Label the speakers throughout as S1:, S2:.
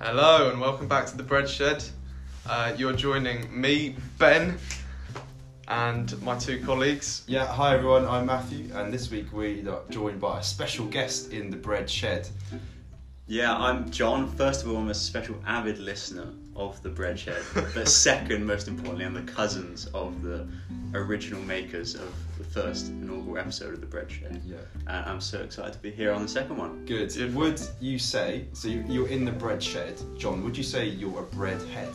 S1: Hello and welcome back to the Bread Shed. Uh, you're joining me, Ben, and my two colleagues.
S2: Yeah, hi everyone, I'm Matthew, and this week we are joined by a special guest in the bread shed.
S3: Yeah, I'm John. First of all, I'm a special avid listener of the Bread Shed, but second, most importantly, I'm the cousins of the original makers of the first inaugural episode of the Bread Shed.
S2: Yeah.
S3: And I'm so excited to be here on the second one.
S2: Good.
S1: Good.
S2: Would you say, so you, you're in the bread shed, John, would you say you're a bread head?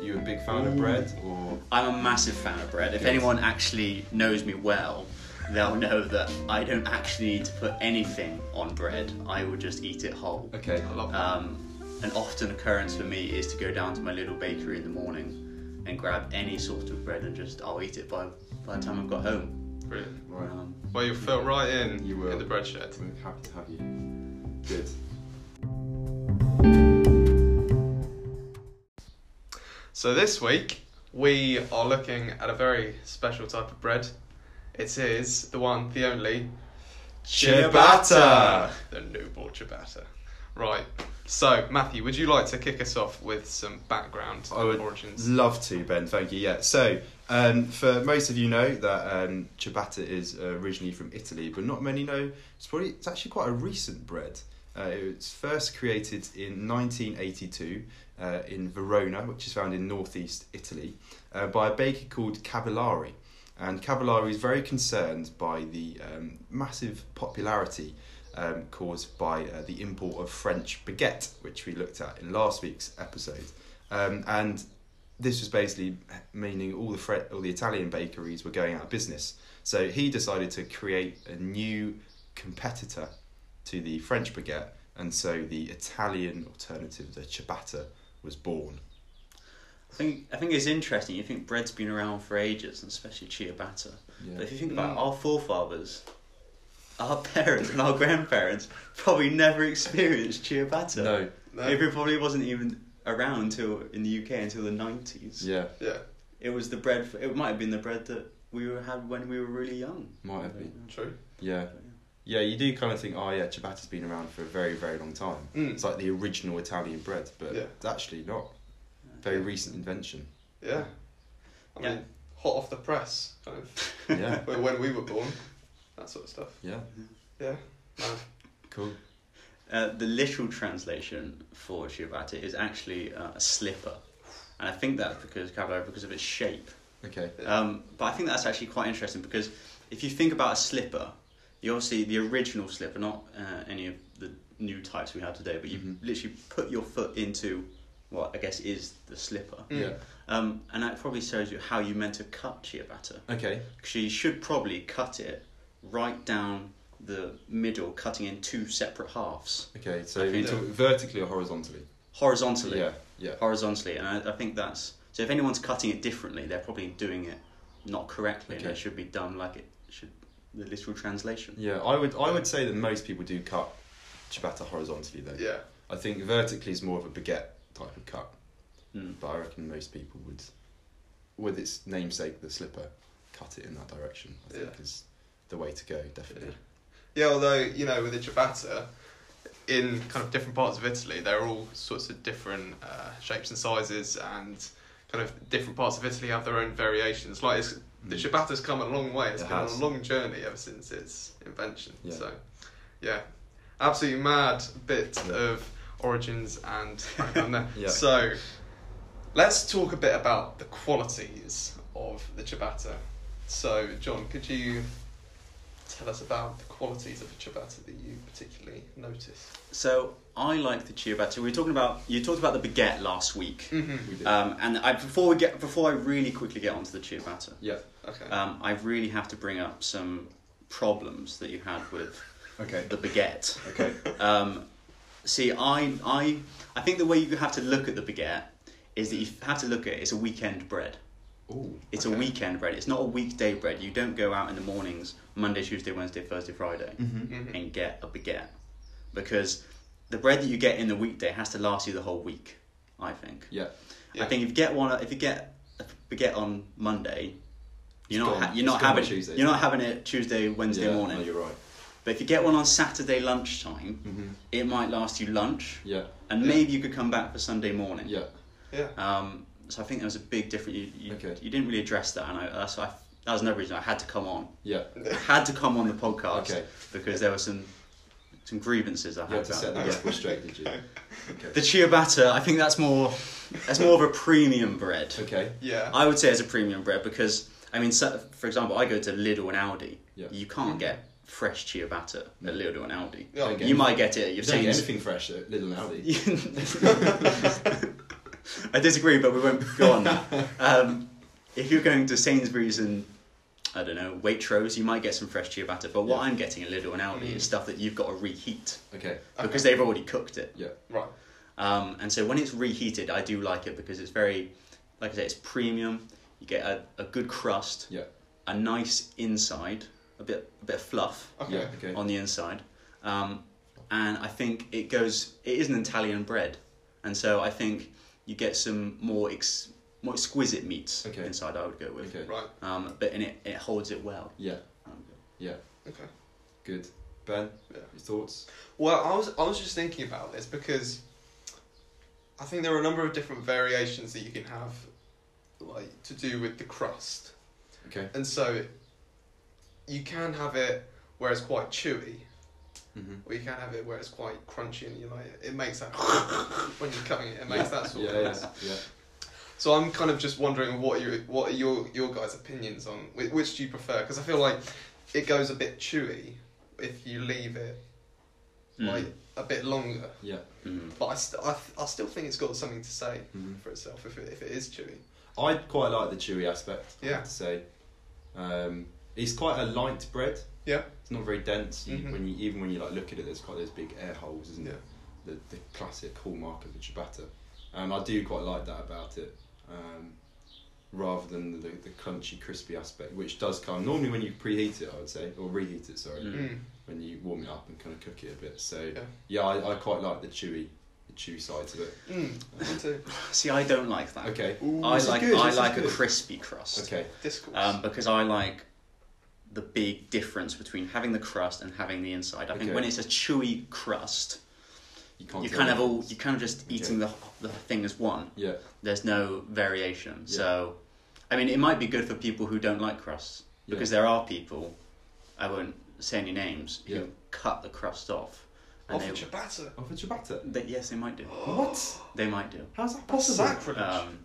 S2: You a big fan of bread, or
S3: I'm a massive fan of bread. If
S2: Yes.
S3: anyone actually knows me well, they'll know that I don't actually need to put anything on bread. I will just eat it whole.
S2: okay,
S1: I love that.
S3: Um, an often occurrence for me is to go down to my little bakery in the morning and grab any sort of bread and just I'll eat it by by the time I've got home.
S1: Brilliant.
S2: right,
S3: Um,
S1: Well, you'll fit right in
S2: You will.
S1: in the Bread Shed.
S2: we're happy to have you. Good.
S1: So this week we are looking at a very special type of bread. It is the one, the only
S2: Ciabatta.
S1: the noble ciabatta. Right. So Matthew, would you like to kick us off with some background
S2: I would
S1: origins?
S2: Love to, Ben. Thank you. Yeah. So, um, for most of you know that um, ciabatta is uh, originally from Italy, but not many know it's probably it's actually quite a recent bread. Uh, it was first created in 1982 uh, in Verona, which is found in northeast Italy, uh, by a baker called Cavallari. And Cavallari is very concerned by the um, massive popularity um, caused by uh, the import of French baguette, which we looked at in last week's episode. Um, and this was basically meaning all the Fre- all the Italian bakeries were going out of business. So he decided to create a new competitor to the French baguette, and so the Italian alternative, the ciabatta, was born.
S3: I think I think it's interesting. You think bread's been around for ages, and especially ciabatta. But if you think about
S1: Mm.
S3: our forefathers, our parents and our grandparents probably never experienced ciabatta.
S2: No.
S1: No?
S3: It probably wasn't even around till in the UK until the nineties.
S2: Yeah.
S1: Yeah.
S3: It was the bread. For, it might have been the bread that we were, had when we were really young.
S2: Might have been.
S1: True.
S2: Yeah. Yeah, you do kind of think, oh yeah, ciabatta's been around for a very, very long time.
S1: Mm.
S2: It's like the original Italian bread, but
S1: Yeah.
S2: it's actually not. Very recent invention.
S1: Yeah. I
S3: Yeah.
S1: mean, hot off the press, kind of.
S2: Yeah.
S1: when- when we were born, that sort of stuff.
S2: Yeah.
S1: Yeah. Mad.
S2: Cool.
S3: Uh, the literal translation for ciabatta is actually uh, a slipper, and I think that's because Cavallari because of its shape.
S2: Okay.
S1: Yeah.
S3: Um, but I think that's actually quite interesting because if you think about a slipper, you obviously the original slipper, not uh, any of the new types we have today, but you
S1: Mm-hmm.
S2: Mhm.
S3: literally put your foot into what I guess is the slipper,
S1: Mm.
S2: Yeah.
S3: um, and that probably shows you how you meant to cut ciabatta.
S2: Okay.
S3: She should probably cut it right down the middle, cutting in two separate halves
S2: Okay. So
S3: Okay.
S2: we talk vertically or horizontally?
S3: horizontally.
S2: Yeah. Yeah.
S3: Horizontally, and I, I think that's so. If anyone's cutting it differently, they're probably doing it not correctly, and
S2: Okay.
S3: it should be done like it should. The literal translation.
S2: Yeah. I would. I would say that most people do cut ciabatta horizontally though.
S1: Yeah.
S2: I think vertically is more of a baguette type of cut,
S3: Mm.
S2: but I reckon most people would, with its namesake, the slipper, cut it in that direction. I think is the way to go. Definitely.
S1: Yeah, although, you know, with the ciabatta, in kind of different parts of Italy, there are all sorts of different uh, shapes and sizes, and kind of different parts of Italy have their own variations. Like, it's, the
S2: Mm.
S1: ciabatta's come a long way, It's
S2: It
S1: been
S2: has.
S1: on a long journey ever since its invention.
S2: Yeah.
S1: So, yeah, absolutely mad bit
S2: Yeah.
S1: of origins and background there.
S2: Yeah.
S1: So, let's talk a bit about the qualities of the ciabatta. So, John, could you tell us about the qualities of a ciabatta that you particularly noticed?
S3: So I like the ciabatta. We were talking about you talked about the baguette last week,
S2: We did.
S3: um, and I before we get before I really quickly get onto the ciabatta,
S2: yeah.
S1: Okay.
S2: Uh,
S3: um, I really have to bring up some problems that you had with
S2: Okay.
S3: the baguette.
S2: Okay.
S3: Um, see, I, I, I think the way you have to look at the baguette is that you have to look at it, it's a weekend bread.
S2: Ooh.
S3: It's
S1: Okay.
S3: a weekend bread. It's not a weekday bread. You don't go out in the mornings, Monday, Tuesday, Wednesday, Thursday, Friday,
S2: Mm-hmm.
S1: Mhm.
S3: and get a baguette, because the bread that you get in the weekday has to last you the whole week. I think.
S2: Yeah.
S1: Yeah.
S3: I think if you get one, if you get a baguette on Monday, you're
S2: It's
S3: not ha-
S2: gone.
S3: you're
S2: It's gone
S3: not
S2: by
S3: having
S2: Tuesday.
S3: you're not having it Tuesday, Wednesday
S2: Yeah,
S3: morning.
S2: No, you're right.
S3: But But if you get one on Saturday lunchtime,
S2: Mm-hmm.
S3: it might last you lunch,
S2: Yeah.
S3: and
S1: Yeah.
S3: maybe you could come back for Sunday morning.
S2: Yeah.
S1: Yeah.
S3: Um, so I think there was a big difference. You, you,
S2: Okay.
S3: you didn't really address that, and I, that's I, that was another reason I had to come on.
S2: Yeah.
S3: I had to come on the podcast
S2: Okay.
S3: because there were some some grievances I
S2: You
S3: had.
S2: had to set the
S3: About.
S2: record straight, did you?
S3: The ciabatta, I think that's more that's more of a premium bread.
S2: Okay.
S1: Yeah.
S3: I would say it's a premium bread because I mean, so, for example, I go to Lidl and Aldi.
S2: Yeah.
S3: You can't get fresh ciabatta at Lidl and Aldi.
S1: Yeah.
S2: Okay.
S3: You might get it at
S2: You
S3: your
S2: don't get
S3: Sainsbury's.
S2: anything fresh at Little Aldi.
S3: I disagree, but we won't go on that. Um, if you're going to Sainsbury's and I don't know Waitrose, you might get some fresh ciabatta. But what
S2: Yeah. Mm.
S3: I'm getting at Lidl and Aldi is stuff that you've got to reheat
S2: Okay.
S3: because they've already cooked it.
S2: Yeah.
S1: Right.
S3: Um, and so when it's reheated, I do like it because it's very, like I say, it's premium. You get a, a good crust,
S2: Yeah.
S3: a nice inside, a bit a bit of fluff
S1: Okay.
S2: Yeah. Okay.
S3: on the inside, um, and I think it goes. It is an Italian bread, and so I think you get some more ex, more exquisite meats
S2: Okay.
S3: inside. I would go with,
S2: Okay.
S1: Right.
S3: um, but and it, it holds it well.
S2: Yeah.
S3: Um,
S1: Okay.
S2: Good. Ben,
S1: Yeah.
S2: your thoughts?
S1: Well, I was I was just thinking about this because I think there are a number of different variations that you can have, like to do with the crust,
S2: Okay.
S1: and so you can have it where it's quite chewy,
S2: Mm-hmm.
S1: or you can have it where it's quite crunchy, and you like it makes that when you're cutting it, it makes that sort
S2: Yeah.
S1: of
S2: Yeah.
S1: noise.
S2: Yeah.
S1: So I'm kind of just wondering what are your what are your your guys' opinions on which, which do you prefer? Because I feel like it goes a bit chewy if you leave it
S3: Mm.
S1: like a bit longer.
S2: Yeah.
S3: mm.
S1: But I, st- I, th- I still think it's got something to say
S2: Mm-hmm.
S1: for itself if it, if it is chewy.
S2: I quite like the chewy aspect. I
S1: Yeah.
S2: have to say, um, it's quite a light bread.
S1: Yeah.
S2: It's not very dense. You,
S1: Mhm.
S2: When you even when you like look at it, there's quite those big air holes, isn't
S1: Yeah.
S2: there? The the classic hallmark of the ciabatta. Um, I do quite like that about it, um, rather than the, the crunchy, crispy aspect, which does come normally when you preheat it. I would say, or reheat it. Sorry,
S3: Mm.
S1: Mm.
S2: when you warm it up and kind of cook it a bit. So yeah,
S1: Yeah.
S2: I, I quite like the chewy, the chewy side of it.
S1: Mm. Me too.
S3: See, I don't like that.
S2: Okay.
S1: Ooh,
S3: I
S2: This is
S3: like
S2: good,
S3: I
S2: this is
S3: like a
S2: good.
S3: crispy crust.
S2: Okay.
S1: Discourse.
S3: um, because I like the big difference between having the crust and having the inside. I
S2: Okay.
S3: think when it's a chewy crust,
S2: You can't.
S3: you're
S2: tell
S3: kind of
S2: the
S3: all
S2: difference.
S3: you're kind of just
S2: Okay.
S3: eating the the thing as one.
S2: Yeah.
S3: There's no variation.
S2: Yeah.
S3: So, I mean, it might be good for people who don't like crusts
S2: Yeah.
S3: because there are people, I won't say any names, who
S2: Yeah.
S3: cut the crust off,
S1: Off
S3: they,
S1: a ciabatta.
S2: Of a Oh, ciabatta.
S3: they yes they might do
S2: What?
S3: they might do.
S2: How's that
S1: That's
S2: possible?
S1: sacrilege.
S3: Um,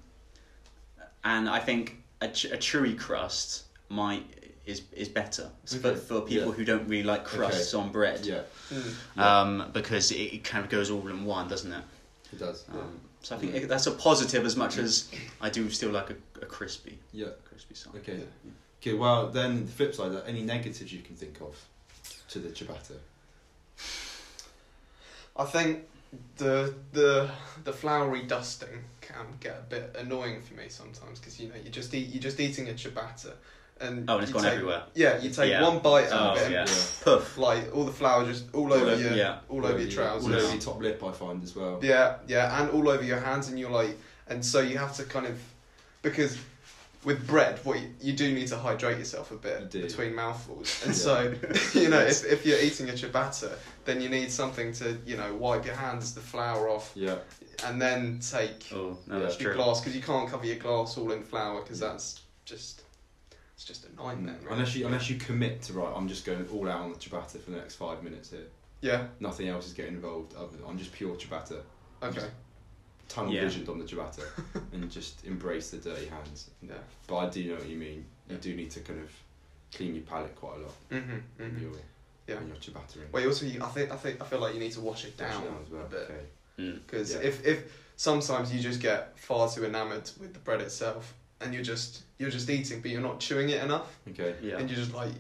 S3: and I think a, ch- a chewy crust might is is better
S2: Okay.
S3: for, for people
S2: Yeah.
S3: who don't really like crusts on bread.
S2: Yeah,
S1: Mm.
S2: yeah.
S3: Um, because it, it kind of goes all in one, doesn't it?
S2: it does.
S3: Um, So I think
S2: Yeah.
S3: it- that's a positive as much as I do still like a, a crispy,
S2: Yeah.
S3: crispy side.
S2: Okay. Okay. Well, then the flip side, are any negatives you can think of to the ciabatta?
S1: I think the the the floury dusting can get a bit annoying for me sometimes because you know you just eat you're just eating a ciabatta and
S3: Oh, and it's
S1: you
S3: gone
S1: take-
S3: everywhere.
S1: Yeah, you take
S3: Yeah.
S1: one bite out
S3: Oh
S1: of it,
S3: yeah,
S1: and,
S3: puff.
S1: like all the flour just all, over
S3: over-
S1: your
S3: yeah.
S1: all over your trousers.
S2: all over your top lip. I find as well.
S1: Yeah, yeah, and all over your hands, and you're like, and so you have to kind of, because with bread, what you, you do need to hydrate yourself a
S2: You
S1: bit
S2: do.
S1: between mouthfuls, and
S2: Yeah.
S1: so you know if, if you're eating a ciabatta, then you need something to you know wipe your hands, the flour off,
S2: Yeah.
S1: and then take
S3: Oh no,
S2: Yeah.
S3: that's
S1: your
S3: true.
S1: glass because you can't cover your glass all in flour because
S2: Yeah. Mm.
S1: that's just it's just a nightmare. Right?
S2: Unless you unless you commit to right, I'm just going all out on the ciabatta for the next five minutes here.
S1: yeah,
S2: Nothing else is getting involved. Other than, I'm just pure ciabatta,
S1: okay,
S2: tunnel
S3: Yeah.
S2: visioned on the ciabatta, and just embrace the dirty hands.
S1: yeah,
S2: But I do know what you mean. You
S1: Yeah.
S2: do need to kind of clean your palate quite a lot
S1: mm-hmm,
S2: when
S1: mm-hmm.
S2: you're
S1: Yeah.
S2: when you're ciabattering.
S1: Well, you also, you, I think, I think, I feel like you need to wash it down,
S2: Wash it as
S1: a
S2: well.
S1: bit.
S2: Okay.
S3: Mm.
S1: Because
S2: Yeah.
S1: if, if sometimes you just get far too enamoured with the bread itself, and you're just you're just eating, but you're not chewing it enough,
S2: Okay.
S3: Yeah.
S1: and you just like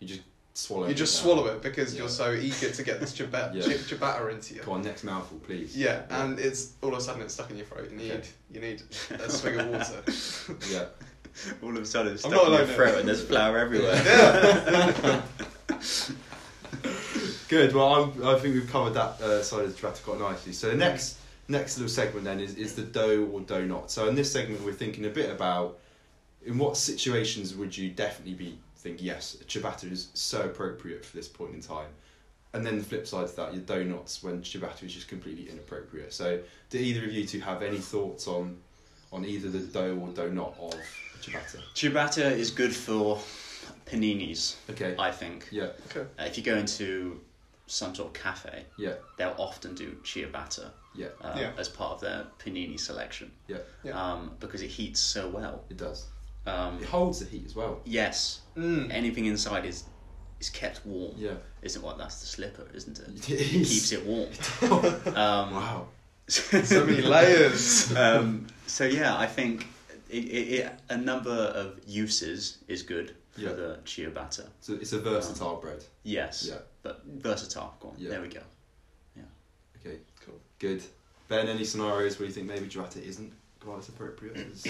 S2: You just swallow.
S1: you just
S2: down.
S1: swallow it because
S2: Yeah.
S1: you're so eager to get this ciabatta
S2: Yeah.
S1: ciabatta into you.
S2: Come on, next mouthful, please.
S1: Yeah,
S2: Yeah.
S1: and it's all of a sudden it's stuck in your throat. You need
S2: Okay.
S1: you need a swig of water.
S2: Yeah.
S3: All of a sudden, it's
S1: I'm
S3: stuck
S1: not
S3: in your
S1: alone now.
S3: throat and there's flour everywhere.
S1: Yeah.
S2: Good. Well, I'm, I think we've covered that uh, side of the ciabatta quite nicely. So the next next little segment then is, is the dough or dough not. So in this segment, we're thinking a bit about in what situations would you definitely be thinking yes, ciabatta is so appropriate for this point in time. And then the flip side to that, your donuts when ciabatta is just completely inappropriate. So, do either of you two have any thoughts on on either the dough or donut of ciabatta?
S3: Ciabatta is good for paninis,
S2: Okay.
S3: I think.
S2: yeah.
S1: Okay.
S3: Uh, If you go into some sort of cafe,
S2: Yeah.
S3: they'll often do ciabatta
S2: Yeah.
S3: uh,
S1: Yeah.
S3: as part of their panini selection
S2: Yeah.
S1: Yeah.
S3: um, because it heats so well.
S2: It does.
S3: Um,
S2: It holds the heat as well.
S3: yes,
S1: Mm.
S3: anything inside is is kept warm.
S2: Yeah.
S3: Isn't what that's the slipper, isn't it?
S2: It is.
S3: Keeps it warm. Um,
S2: Wow.
S1: So many layers.
S3: um, so yeah, I think it, it, it, a number of uses is good for
S2: Yeah.
S3: the ciabatta.
S2: So it's a versatile bread.
S3: Yes,
S2: Yeah.
S3: but versatile. Go on.
S2: Yeah.
S3: There we go.
S2: Okay.
S1: Cool.
S2: Good. Ben, any scenarios where you think maybe ciabatta isn't quite as appropriate? It's-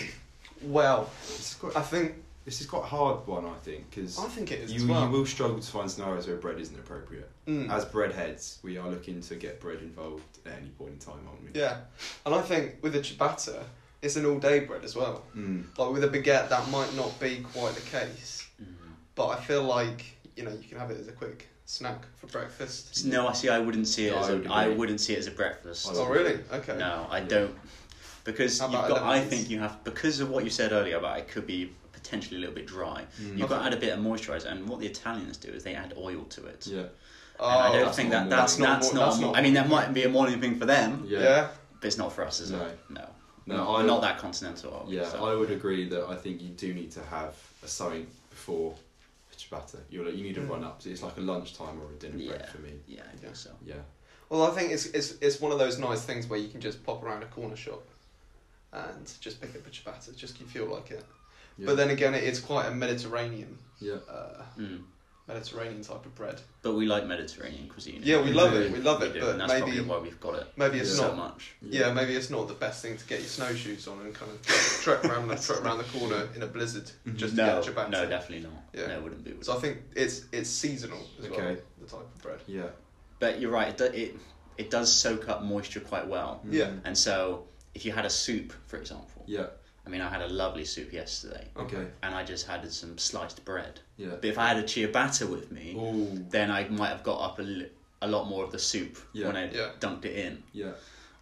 S1: Well,
S2: This is quite.
S1: I think
S2: This is quite a hard one, I think, because
S1: I think it is
S2: you,
S1: as well.
S2: you will struggle to find scenarios where bread isn't appropriate.
S1: Mm.
S2: As bread heads, we are looking to get bread involved at any point in time, aren't we?
S1: Yeah, and I think with a ciabatta, it's an all-day bread as well.
S2: Mm.
S1: Like with a baguette, that might not be quite the case,
S2: Mm-hmm.
S1: but I feel like you know you can have it as a quick snack for breakfast.
S3: No, I see. I wouldn't see it.
S2: Yeah,
S3: as
S2: I
S3: a,
S2: would
S3: I
S2: agree.
S3: wouldn't see it as a breakfast.
S2: I
S1: Oh really? Okay.
S3: No, I
S2: Yeah.
S3: don't. Because
S1: How
S3: you've
S1: about
S3: got, I
S1: lemons?
S3: think you have because of what you said earlier about it could be potentially a little bit dry.
S2: Mm.
S3: You've got to add a bit of moisturizer, and what the Italians do is they add oil to it.
S2: Yeah.
S1: Oh,
S3: and I don't
S2: that's
S3: think
S2: not
S3: that that's
S1: morning.
S3: that's
S1: That's
S3: not.
S1: not
S3: a
S1: morning.
S3: mor- I mean, that might be a morning thing for them,
S2: Yeah.
S1: yeah.
S3: but it's not for us, is it? No.
S2: No, I
S3: not that continental. are we?
S2: Yeah,
S3: So-
S2: I would agree that I think you do need to have a something before ciabatta. You you need a
S1: Mm.
S2: run up. So it's like a lunchtime or a dinner break
S3: Yeah.
S2: for me.
S3: yeah, I
S1: Yeah.
S3: think so.
S2: Yeah.
S1: Well, I think it's, it's it's one of those nice things where you can just pop around a corner shop and just pick up a ciabatta, just you feel like it.
S2: yeah.
S1: But then again, it is quite a Mediterranean,
S2: yeah,
S1: uh,
S3: Mm.
S1: Mediterranean type of bread.
S3: But we like Mediterranean cuisine.
S1: Yeah, we
S2: We
S1: love
S2: do.
S1: it. We love
S3: We
S1: it,
S3: do,
S1: but
S3: and that's probably
S1: maybe
S3: why we've got it
S1: maybe it's
S3: so
S1: not.
S3: much.
S1: Yeah, maybe it's not the best thing to get your snowshoes on and kind of trek around the trek around the corner in a blizzard
S2: Mhm.
S1: just
S3: no,
S1: to get ciabatta.
S3: no, definitely not.
S1: Yeah.
S3: No, it wouldn't be. would it?
S1: So I think it's it's seasonal as well.
S2: Okay.
S1: The type of bread.
S2: yeah,
S3: But you're right. It, do, it it does soak up moisture quite well.
S2: Mm.
S1: Yeah.
S3: And so, if you had a soup, for example,
S2: yeah.
S3: I mean, I had a lovely soup yesterday,
S2: Okay,
S3: and I just had some sliced bread.
S2: yeah.
S3: But if I had a ciabatta with me,
S2: Oh,
S3: then I might have got up a, li- a lot more of the soup
S2: Yeah.
S3: when I
S1: Yeah.
S3: dunked it in.
S2: yeah,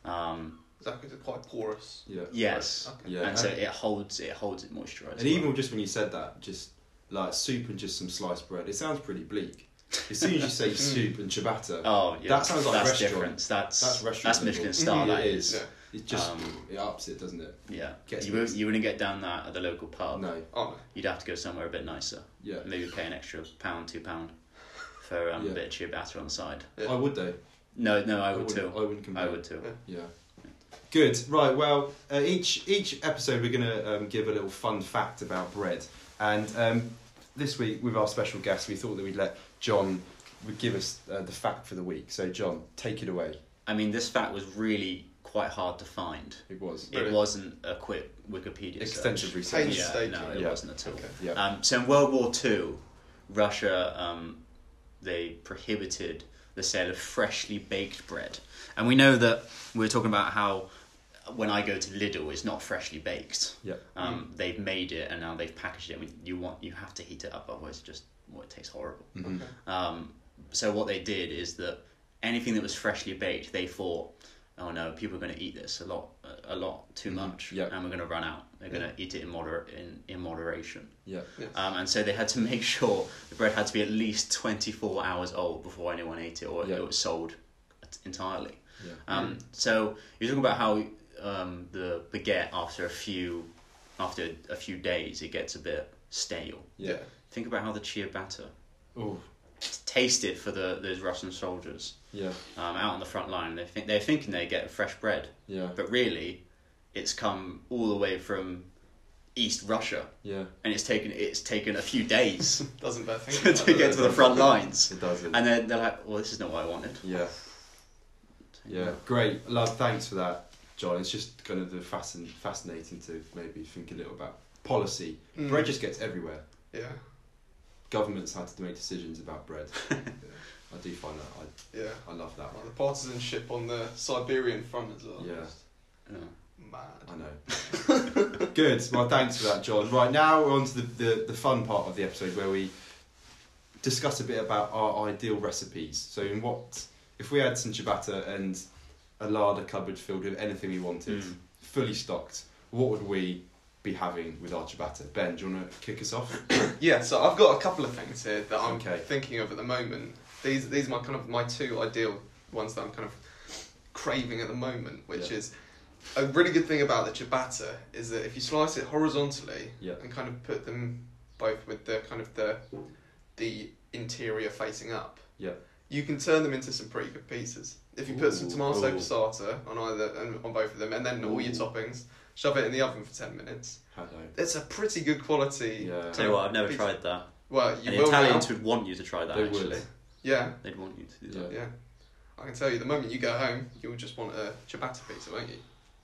S3: Um,
S1: Exactly. It's quite porous.
S2: yeah.
S3: yes,
S1: Okay.
S2: Yeah.
S3: and so it holds it holds it moisturized.
S2: And even just when you said that, just like soup and just some sliced bread, it sounds pretty bleak. As soon as you
S3: Mm.
S2: say soup and ciabatta,
S3: oh yeah,
S2: That sounds like
S3: that's
S2: restaurant.
S3: different. That's
S2: that's
S3: that's,
S2: restaurant.
S3: Michelin
S2: level.
S3: star.
S2: Mm,
S3: that
S2: it is.
S1: Yeah.
S2: It just
S3: Um,
S2: it ups it, doesn't it?
S3: Yeah,
S2: Gets
S3: you,
S2: me.
S3: wou- you wouldn't get down that at the local pub.
S2: No.
S1: Oh
S3: You'd have to go somewhere a bit nicer.
S2: Yeah.
S3: Maybe pay an extra pound, two pound for um,
S2: Yeah.
S3: a bit of cheer batter on the side.
S1: Yeah.
S2: I would though.
S3: No, no, I would
S2: wouldn't-
S3: too.
S2: I wouldn't complain.
S3: I would too.
S2: Yeah. Good. Right. Well, uh, each each episode we're gonna um, give a little fun fact about bread, and um, this week with our special guest, we thought that we'd let John would give us uh, the fact for the week. So, John, take it away.
S3: I mean, this fact was really quite hard to find.
S2: It was
S1: Really?
S3: It wasn't a quick Wikipedia
S2: extensive
S3: search.
S1: no.
S2: research.
S3: Yeah,
S1: Painstaking.
S3: no, it
S2: Yeah.
S3: wasn't at all.
S1: Okay.
S2: Yeah.
S3: Um, so in World War Two, Russia um, they prohibited the sale of freshly baked bread, and we know that we we're talking about how when I go to Lidl, it's not freshly baked.
S2: Yeah.
S3: Um, They've made it and now they've packaged it. I mean, you want you have to heat it up, otherwise, it just well, it tastes horrible.
S2: Mhm.
S3: Um, so what they did is that anything that was freshly baked, they thought, oh no, people are going to eat this a lot, a lot too much,
S2: Yeah.
S3: and we're going to run out. They're going to eat it in moder in, in moderation.
S2: Yeah.
S1: no. Yeah.
S3: Um, and so they had to make sure the bread had to be at least 24 hours old before anyone ate it or
S2: Yeah.
S3: it was sold t- entirely.
S2: Yeah.
S3: Um, so you're talking about how um, the baguette after a few after a few days it gets a bit stale.
S2: Yeah.
S3: Think about how the ciabatta
S2: Oh.
S3: tasted for the those Russian soldiers
S2: Yeah.
S3: um, out on the front line. They think they're thinking they get fresh bread,
S2: Yeah.
S3: but really, it's come all the way from East Russia,
S2: Yeah.
S3: and it's taken it's taken a few days
S1: Doesn't bear
S3: to
S1: thinking.
S3: get to the front lines.
S2: It does.
S3: And then they're like, "Well, this is not what I wanted."
S2: Yeah. Yeah, great. Love, thanks for that, John. It's just kind of the fascin- fascinating to maybe think a little about policy.
S1: Mm.
S2: Bread just gets everywhere.
S1: Yeah.
S2: Governments had to make decisions about bread. Yeah, I do find that.
S1: Yeah.
S2: I, I love that
S1: Like
S2: one.
S1: the partisanship on the Siberian front as well.
S2: Yeah.
S1: Just
S3: Yeah.
S1: Mad.
S2: I know. Good. Well, thanks for that, John. Right now we're on to the, the, the fun part of the episode where we discuss a bit about our ideal recipes. So, in what if we had some ciabatta and a larder cupboard filled with anything we wanted,
S3: Mm.
S2: fully stocked? What would we be having with our ciabatta? Ben, do you want to kick us off?
S1: Yeah, so I've got a couple of things here that I'm
S2: Okay.
S1: thinking of at the moment. These these are my kind of my two ideal ones that I'm kind of craving at the moment, which
S2: Yeah.
S1: is a really good thing about the ciabatta is that if you slice it horizontally
S2: Yeah.
S1: and kind of put them both with the kind of the the interior facing up,
S2: Yeah.
S1: you can turn them into some pretty good pieces. If you put some
S3: Ooh,
S1: tomato
S3: ooh.
S1: passata on either on both of them, and then all your
S3: Ooh.
S1: toppings, shove it in the oven for ten minutes.
S2: Hello.
S1: It's a pretty good quality.
S2: Yeah.
S3: Tell you what, I've never
S1: Pizza.
S3: tried that.
S1: Well, you
S3: and the
S1: will now.
S3: Italians would want you to try that.
S2: They
S3: actually,
S2: would.
S1: Yeah,
S3: they'd want you to do
S2: Yeah.
S3: that.
S1: yeah. I can tell you, the moment you go home, you'll just want a ciabatta pizza, won't you?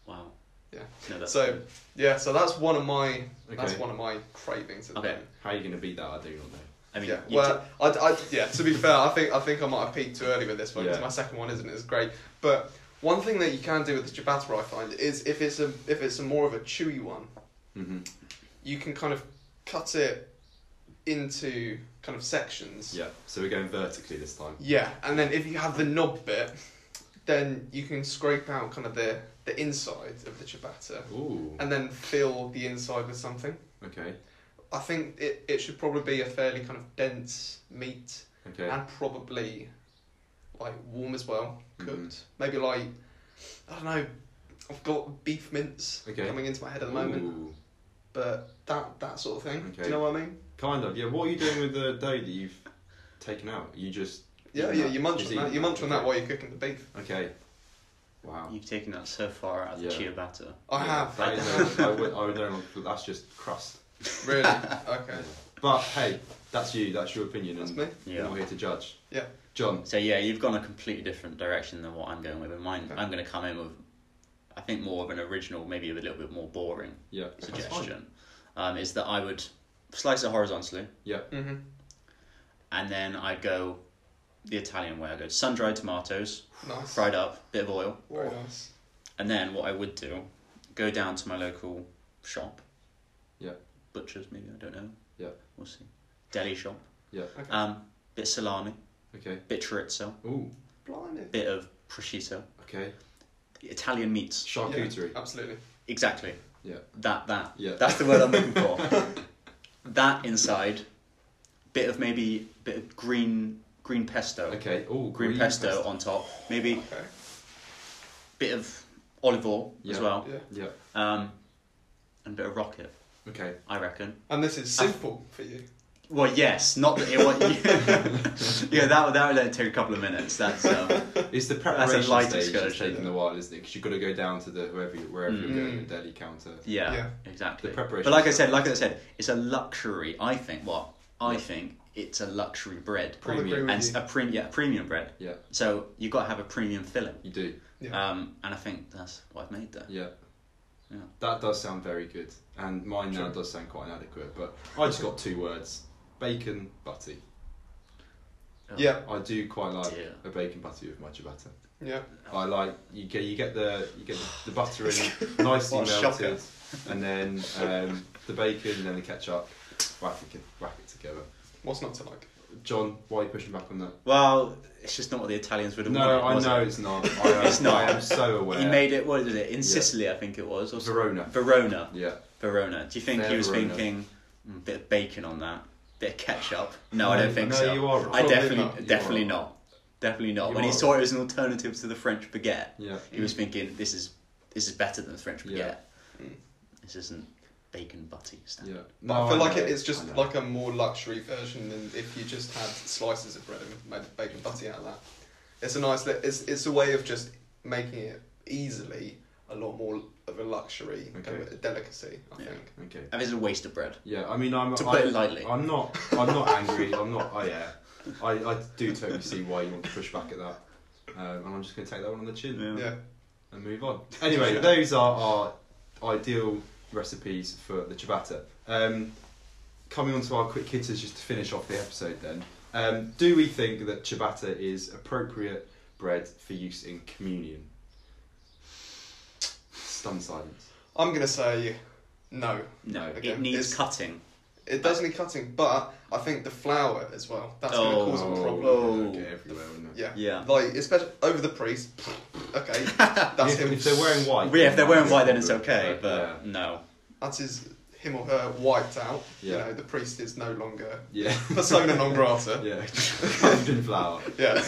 S3: Wow.
S1: Yeah.
S3: No, that's
S1: so, yeah. So that's one of my that's
S2: Okay.
S1: one of my cravings. At the
S3: Okay.
S1: moment.
S2: How are you going to beat that? I do not know.
S3: I mean,
S1: yeah.
S3: you
S1: Well, I, I, yeah. To be fair, I think I think I might have peaked too early with this one 'cause
S2: Yeah.
S1: my second one isn't as great. But one thing that you can do with the ciabatta, I find, is if it's a if it's a more of a chewy one,
S2: Mm-hmm.
S1: you can kind of cut it into kind of sections.
S2: Yeah. So we're going vertically this time.
S1: Yeah, and then if you have the knob bit, then you can scrape out kind of the the inside of the ciabatta,
S2: Ooh.
S1: and then fill the inside with something.
S2: Okay.
S1: I think it, it should probably be a fairly kind of dense meat
S2: Okay.
S1: and probably like warm as well, cooked.
S2: Mhm.
S1: Maybe like I don't know. I've got beef mince
S2: Okay.
S1: coming into my head at the moment,
S2: Ooh.
S1: but that that sort of thing. Do
S2: Okay.
S1: you know what I mean?
S2: Kind of. Yeah. What are you doing with the dough that you've taken out? You just.
S1: Yeah,
S2: eating
S1: yeah.
S2: that?
S1: You munch
S2: Just
S1: on that.
S2: eating
S1: You munch on that
S2: Okay.
S1: while you're cooking the beef.
S2: Okay. Wow.
S3: You've taken that so far out of the
S2: Yeah.
S3: ciabatta.
S1: I
S2: Yeah,
S1: have.
S2: That is a, I would, I would no longer, that's just crust.
S1: really? Okay.
S2: Yeah. But hey, that's you. That's your opinion.
S1: That's
S2: and
S1: me.
S2: We're not
S3: Yeah.
S2: here to judge.
S1: Yeah.
S2: John.
S3: So yeah, you've gone a completely different direction than what I'm going with. And mine,
S1: Okay.
S3: I'm going to come in with, I think more of an original, maybe a little bit more boring
S2: Yeah.
S3: suggestion. Um, is that I would slice it horizontally,
S1: hmm
S3: and then I'd go the Italian way. I go sun dried tomatoes,
S1: Nice.
S3: fried up, bit of oil,
S1: Very nice.
S3: and then what I would do, go down to my local shop.
S2: Yeah.
S3: Butchers, maybe I don't know.
S2: Yeah.
S3: We'll see. Deli shop.
S2: Yeah.
S1: Okay.
S3: Um, bit salami,
S2: Okay.
S3: bit chorizo,
S2: Ooh.
S1: Blimey.
S3: bit of prosciutto,
S2: Okay.
S3: Italian meats.
S2: Charcuterie.
S1: Yeah, absolutely.
S3: Exactly.
S2: Yeah.
S3: That that.
S2: Yeah.
S3: That's the word I'm looking for. that inside, bit of maybe bit of green green pesto.
S2: Okay. Ooh.
S3: Green, pesto, on top. Maybe
S1: Okay.
S3: bit of olive oil
S2: Yeah.
S3: as well.
S1: Yeah.
S2: Yeah.
S3: Um, and a bit of rocket,
S2: Okay.
S3: I reckon.
S1: And this is simple for you.
S3: Well, yes, not that it was. yeah, that would- that would only take a couple of minutes. That's um,
S2: It's the preparation
S3: light
S2: stage that's
S3: excursion.
S2: taking a while, isn't it? Because you've got to go down to the whoever you, wherever
S3: Mm.
S2: you're going, the deli counter.
S3: yeah,
S1: Yeah.
S3: exactly.
S2: The preparation
S3: But like I
S2: stage.
S3: said, like I said, it's a luxury. I think. Well, I
S2: Yeah.
S3: think it's a luxury bread.
S1: I'll agree
S2: Premium.
S1: with
S3: and
S1: you.
S3: a premium, yeah, premium bread.
S2: Yeah.
S3: So you've got to have a premium filling.
S2: You do.
S1: Yeah.
S3: Um, and I think that's what I've made there.
S2: Yeah.
S3: Yeah.
S2: That does sound very good, and mine now
S1: Sure.
S2: does sound quite inadequate. But I just got two words: bacon butty.
S3: Oh,
S1: Yeah.
S2: I do quite like
S3: Dear.
S2: a bacon butty with my ciabatta.
S1: Yeah.
S2: I like you get you get the you get the, the butter in nicely
S3: What a
S2: melted, and then um, the bacon, and then the ketchup. Whack it, whack it together.
S1: What's not to like?
S2: John, why are you pushing back on that?
S3: Well, it's just not what the Italians would have
S2: No,
S3: wanted.
S2: I
S3: was
S2: know
S3: it?
S2: it's not. I,
S3: It's
S2: am-
S3: not.
S2: I am so aware.
S3: He made it. What was it? In
S2: Yeah.
S3: Sicily, I think it was. Or s-
S2: Verona.
S3: Verona.
S2: Yeah.
S3: Verona. Do you think
S2: Fair
S3: he was
S2: Verona.
S3: thinking mm, bit of bacon on that, bit of ketchup? No, I don't think
S2: no,
S3: so.
S2: you are
S3: I
S2: right.
S1: Probably
S3: definitely,
S1: not.
S2: You
S3: definitely
S2: are.
S3: not. Definitely not.
S2: You
S3: when he
S2: are.
S3: saw it as an alternative to the French baguette,
S2: Yeah.
S3: he was thinking, "This is this is better than the French baguette.
S2: Yeah.
S1: Mm.
S3: This isn't bacon butty stuff."
S2: Yeah.
S1: But I feel like
S2: know,
S1: it is
S2: I
S1: just
S2: know.
S1: like a more luxury version than if you just had slices of bread and made bacon butty out of that. It's a nice. li- It's it's a way of just making it easily a lot more of a luxury,
S2: Okay.
S1: and a delicacy. I
S3: Yeah.
S1: think.
S2: Okay.
S3: I mean, it's a waste of bread.
S2: Yeah, I mean, I'm.
S3: To
S2: I,
S3: put it lightly.
S2: I'm not. I'm not angry. I'm not. Oh yeah, I, I do totally see why you want to push back at that, um, and I'm just going to take that one on the chin
S3: Yeah.
S1: Yeah.
S2: and move on. Anyway, those are our ideal recipes for the ciabatta. Um, coming on to our quick hitters, just to finish off the episode. Then, um, do we think that ciabatta is appropriate bread for use in communion? Stunned silence.
S1: I'm gonna say no.
S3: No,
S1: Okay.
S3: it needs
S1: It's-
S3: cutting.
S1: It
S2: Uh,
S1: does need cutting, but I think the flour as well. That's
S3: Oh.
S1: going to cause a problem.
S2: Oh, it'd get everywhere, wouldn't it?
S1: Yeah.
S3: Yeah.
S1: Like especially over the priest. Okay, that's
S2: if,
S1: him.
S2: if they're wearing white.
S3: yeah, if they're wearing
S2: it's
S3: white, then it's
S2: different,
S3: okay. But no,
S1: That's his him or her wiped out. You
S2: Yeah.
S1: know, the priest is no longer
S2: yeah,
S1: persona non grata.
S2: yeah, covered in flour.
S1: Yeah.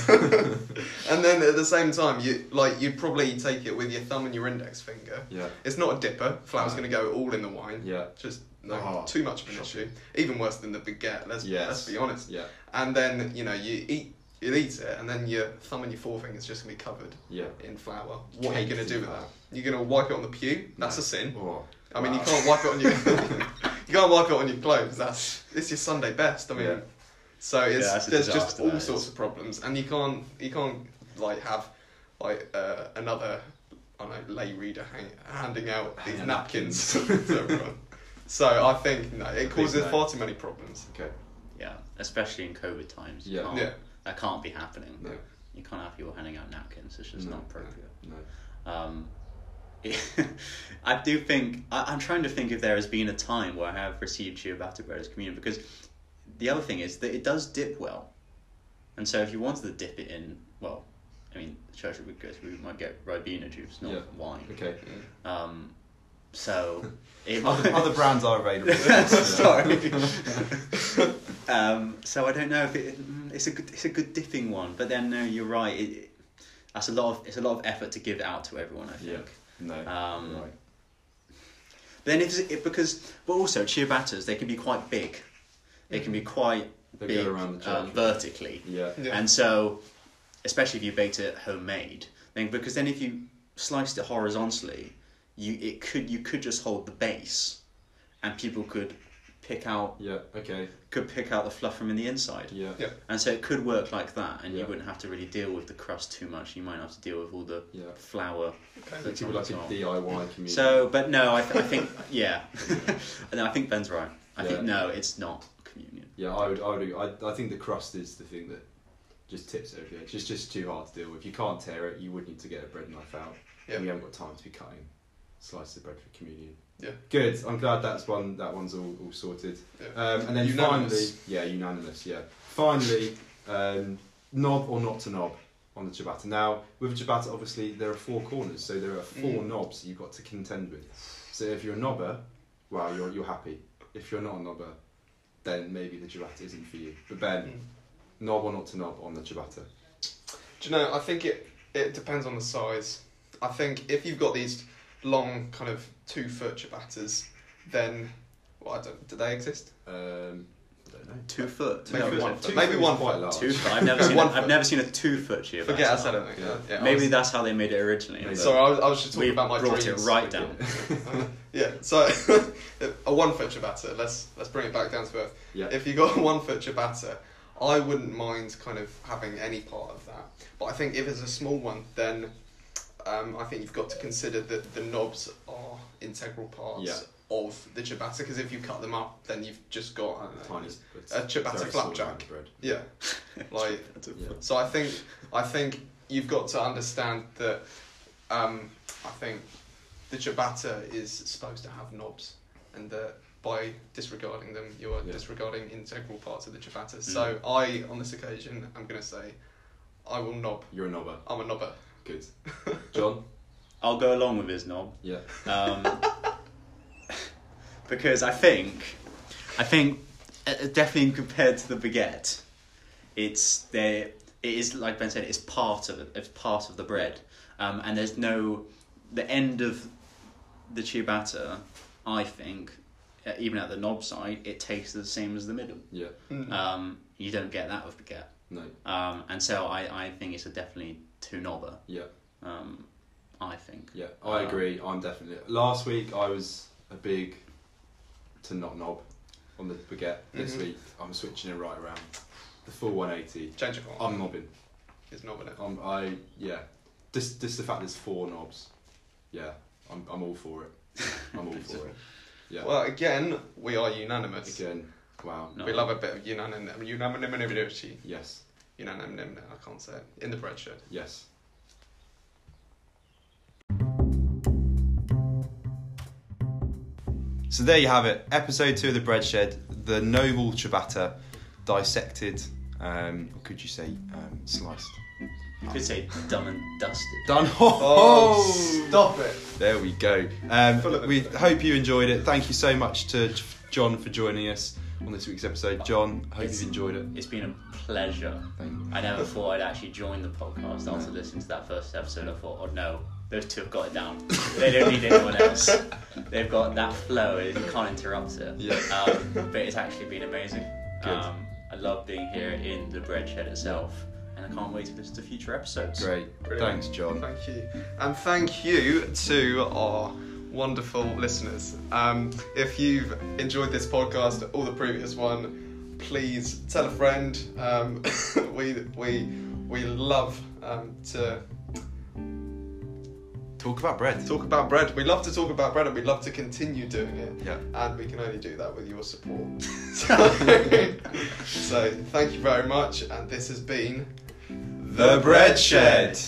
S1: and then at the same time, you like you'd probably take it with your thumb and your index finger.
S2: Yeah,
S1: It's not a dipper. Flour's
S2: No.
S1: going to go all in the wine.
S2: yeah,
S1: Just no,
S2: Oh,
S1: too much of an issue. Even worse than the baguette. Let's
S2: Yes.
S1: let's be honest.
S2: yeah,
S1: And then you know you eat you eat it, and then your thumb and your forefinger is just going to be covered
S2: yeah.
S1: in flour. What are you going
S2: Caked
S1: to
S2: in
S1: do with that?
S2: flour.
S1: You're going to wipe it on the pew. That's
S2: No.
S1: a sin.
S2: Oh,
S1: I mean,
S2: wow.
S1: you can't wipe it on your you can't wipe it on your clothes. That's it's your Sunday best. I mean,
S2: Yeah.
S1: so it's,
S3: Yeah, that's a
S1: there's just
S3: disaster,
S1: all
S3: that is.
S1: sorts of problems, and you can't you can't like have like uh, another I don't know lay reader hang, handing out these
S2: Yeah,
S1: napkins to everyone. So I think no, it
S2: think
S1: causes
S2: no.
S1: far too many problems.
S2: Okay.
S3: yeah, especially in COVID times. you
S2: Yeah.
S3: can't-
S1: Yeah.
S3: That can't be happening.
S2: No.
S3: You can't have people handing out napkins. It's just
S2: No, no.
S3: not appropriate.
S2: No.
S3: Um, I do think I, I'm trying to think if there has been a time where I have received ciabatta bread as communion because the other thing is that it does dip well, and so if you wanted to dip it in, well, I mean, the church we would go to, we might get Ribena juice, not
S2: Yeah.
S3: wine.
S2: Okay.
S3: Um, so it
S2: Other,
S3: might-
S2: other brands are available.
S3: Sorry. um, so I don't know if it, mm, it's a good it's a good dipping one, but then no, you're right. It, it- that's a lot of it's a lot of effort to give out to everyone. I think.
S2: Yeah. No.
S3: Um,
S2: right.
S3: But then if it because but also ciabattas they can be quite big, they can be quite
S2: Mm-hmm. They go
S3: big
S2: around the
S3: um,
S2: church.
S3: vertically,
S2: Yeah.
S1: Yeah.
S3: and so especially if you baked it homemade, then because then if you sliced it horizontally, you it could you could just hold the base, and people could pick out
S2: Yeah. Okay.
S3: could pick out the fluff from in the inside.
S2: Yeah.
S1: Yeah.
S3: And so it could work like that, and
S2: Yeah.
S3: you wouldn't have to really deal with the crust too much. You might have to deal with all the
S2: Yeah.
S3: flour.
S1: Okay.
S2: People like a DIY community.
S3: So, but no, I, th- I think yeah, no, I think Ben's right. I
S2: Yeah.
S3: think no, it's not communion.
S2: Yeah, I would. I would. agree. I, I think the crust is the thing that just tips everything. It's just, just too hard to deal with. You can't tear it. You would need to get a bread knife out.
S1: Yeah.
S2: And we haven't got time to be cutting slices of bread for communion.
S1: Yeah.
S2: Good. I'm glad that's one. That one's all, all sorted.
S1: Yeah.
S2: Um, and then
S1: Unanimous.
S2: finally, yeah, unanimous. Yeah. Finally, um, knob or not to knob on the ciabatta. Now with a ciabatta, obviously there are four corners, so there are four
S1: Mm.
S2: knobs you've got to contend with. So if you're a knobber, well, you're you're happy. If you're not a knobber, then maybe the ciabatta isn't for you. But Ben,
S1: Mm.
S2: knob or not to knob on the ciabatta?
S1: Do you know? I think it it depends on the size. I think if you've got these long kind of two foot ciabattas, then well, I don't. Do they exist?
S2: Um, I don't know.
S3: Two foot,
S1: Maybe
S3: No,
S1: one
S3: two-
S1: foot. Maybe
S2: is
S1: one
S2: quite
S1: foot.
S2: large.
S3: two foot. I've never seen.
S1: One
S3: a, I've
S1: foot.
S3: never seen a two foot shield.
S1: Forget I said anything.
S2: Yeah.
S1: Yeah, I
S3: Maybe
S1: was-
S3: that's how they made it originally.
S2: Maybe.
S3: but
S1: Sorry, I was, I was just talking
S3: we
S1: about my
S3: brought it
S1: dreams.
S3: right down.
S1: Yeah, so a one foot ciabatta. Let's let's bring it back down to earth.
S2: Yeah.
S1: If you got a one foot ciabatta, I wouldn't mind kind of having any part of that. But I think if it's a small one, then um, I think you've got to consider that the knobs are integral parts
S2: Yeah.
S1: of the ciabatta because if you cut them up, then you've just got I don't know,
S2: Tiny.
S1: a ciabatta
S2: very small
S1: flapjack.
S2: amount of bread.
S1: yeah, like
S3: That's a
S2: Yeah.
S3: foot.
S1: so I think I think you've got to understand that um, I think the ciabatta is supposed to have knobs, and that by disregarding them, you are
S2: Yeah. Mm.
S1: disregarding integral parts of the ciabatta. So I, on this occasion, I'm going to say, I will knob.
S2: You're a knobber.
S1: I'm a knobber.
S2: Good. John?
S3: I'll go along with his knob.
S2: Yeah.
S3: um, because I think, I think, uh, uh, definitely compared to the baguette, it's there. It is like Ben said. It's part of it. It's part of the bread, um, and there's no the end of the ciabatta. I think, uh, even at the knob side, it tastes the same as the middle.
S2: Yeah.
S1: Mm.
S3: Um, you don't get that with baguette,
S2: No.
S3: um, and so I, I think it's a definitely two knobber.
S2: Yeah.
S3: Um, I think.
S2: Yeah, I
S3: Uh,
S2: agree. I'm definitely. Last week I was a big to not knob on the baguette. This
S1: Mhm.
S2: week I'm switching it right around. The full 180.
S1: Change of heart
S2: I'm knobbing.
S1: is knobbing it.
S2: I'm, I yeah. Just just the fact there's four knobs. Yeah, I'm I'm all for it. I'm all for it. Yeah.
S1: Well, again, we are unanimous.
S2: Again, wow.
S3: No.
S1: We love a bit of unanimity. Unanimity.
S2: Yes.
S1: Unanimity. I can't say it. In the bread shed.
S2: Yes. So there you have it, episode two of the Bread Shed, the noble ciabatta, dissected, um, or could you say um, sliced?
S3: You could say dumb and dusted.
S2: Done.
S1: Oh, stop it.
S2: There we go.
S1: Full of
S2: Um,
S1: it.
S2: we hope you enjoyed it. Thank you so much to J- John for joining us on this week's episode. John, hope
S3: It's-
S2: you've enjoyed it.
S3: It's been a pleasure.
S2: Thank you.
S3: I never thought I'd actually join the podcast after listening to that first episode. I thought, oh no, those two have got it down. They don't need anyone else. They've got that flow, you can't interrupt it.
S2: Yeah.
S3: Um, but it's actually been amazing.
S2: Good.
S3: Um, I love being here in the bread shed itself, and I can't wait to listen to future episodes.
S2: Great.
S1: Brilliant.
S2: Thanks, John.
S1: Thank you. And thank you to our wonderful listeners. Um, if you've enjoyed this podcast or the previous one, please tell a friend. Um, we, we, we love um, to
S2: Talk about bread.
S1: talk about bread. We love to talk about bread and we love to continue doing it.
S2: Yeah.
S1: And we can only do that with your support. so, so thank you very much. And this has been
S2: The Bread Shed.